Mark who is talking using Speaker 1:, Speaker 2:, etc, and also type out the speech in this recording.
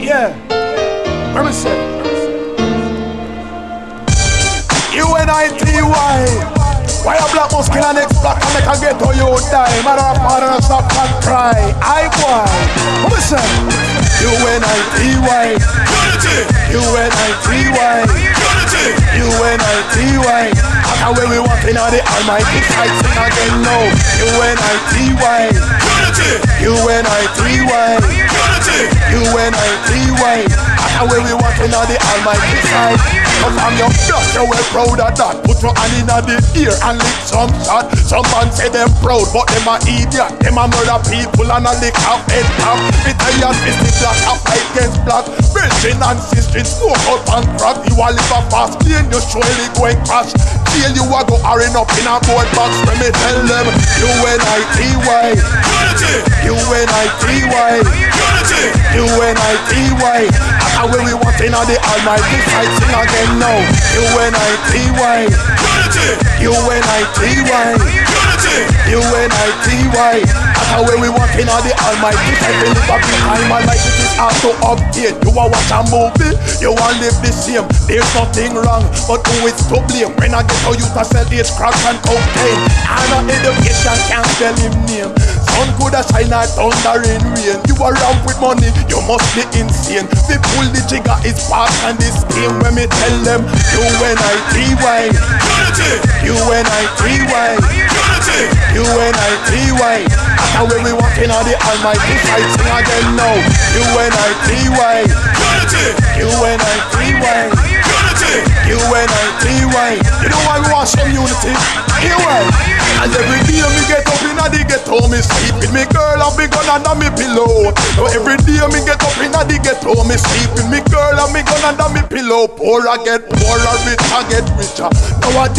Speaker 1: Yeah. Permission. UNITY. Why a black must kill an ex black and make a ghetto you die? Matter of father, stop and cry. I boy. Permission. UNITY. UNITY. UNITY. That's where we walking on the almighty fighting again now. UNITY. UNITY. U-N-I-T-Y That's where we walking on the almighty side Cause I'm your blood, you well proud of that Put your hand in the ear and lick some shot Some man say them proud, but them a idiot Them a murder people and a lick half head cap Me tell you, this is black, a fight against black Virgin and sister, smoke out and crack You a live a fast plane, you surely going crash Jail you a go hurrying up in a board box When me tell them, U-N-I-T-Y U-N-I-T-Y U-N-I-T-Y That's how we wanting on the almighty side Sing again now U-N-I-T-Y U-N-I-T-Y U-N-I-T-Y That's how we wanting on the almighty side We live up in time and life it is hard to update You a watch a movie, you a live the same There's nothing wrong, but who is to blame? When I get how you to sell this crack and cocaine And education can't tell him name Sun could a shine a thunder in rain You a ramp with money, you must be insane They pull the trigger, it's part and this game When me tell them, U-N-I-T-Y U-N-I-T-Y U-N-I-T-Y That's how we walking on the almighty side Sing again now U-N-I-T-Y U-N-I-T-Y U-N-I-T-Y You know why we want some unity? Anyway and every day me get up in the ghetto, me sleep with me girl and me gun under me pillow. So every day me get up in the ghetto, me sleep with me girl and me gun under me pillow. Poor I get poorer, rich I get richer. Now I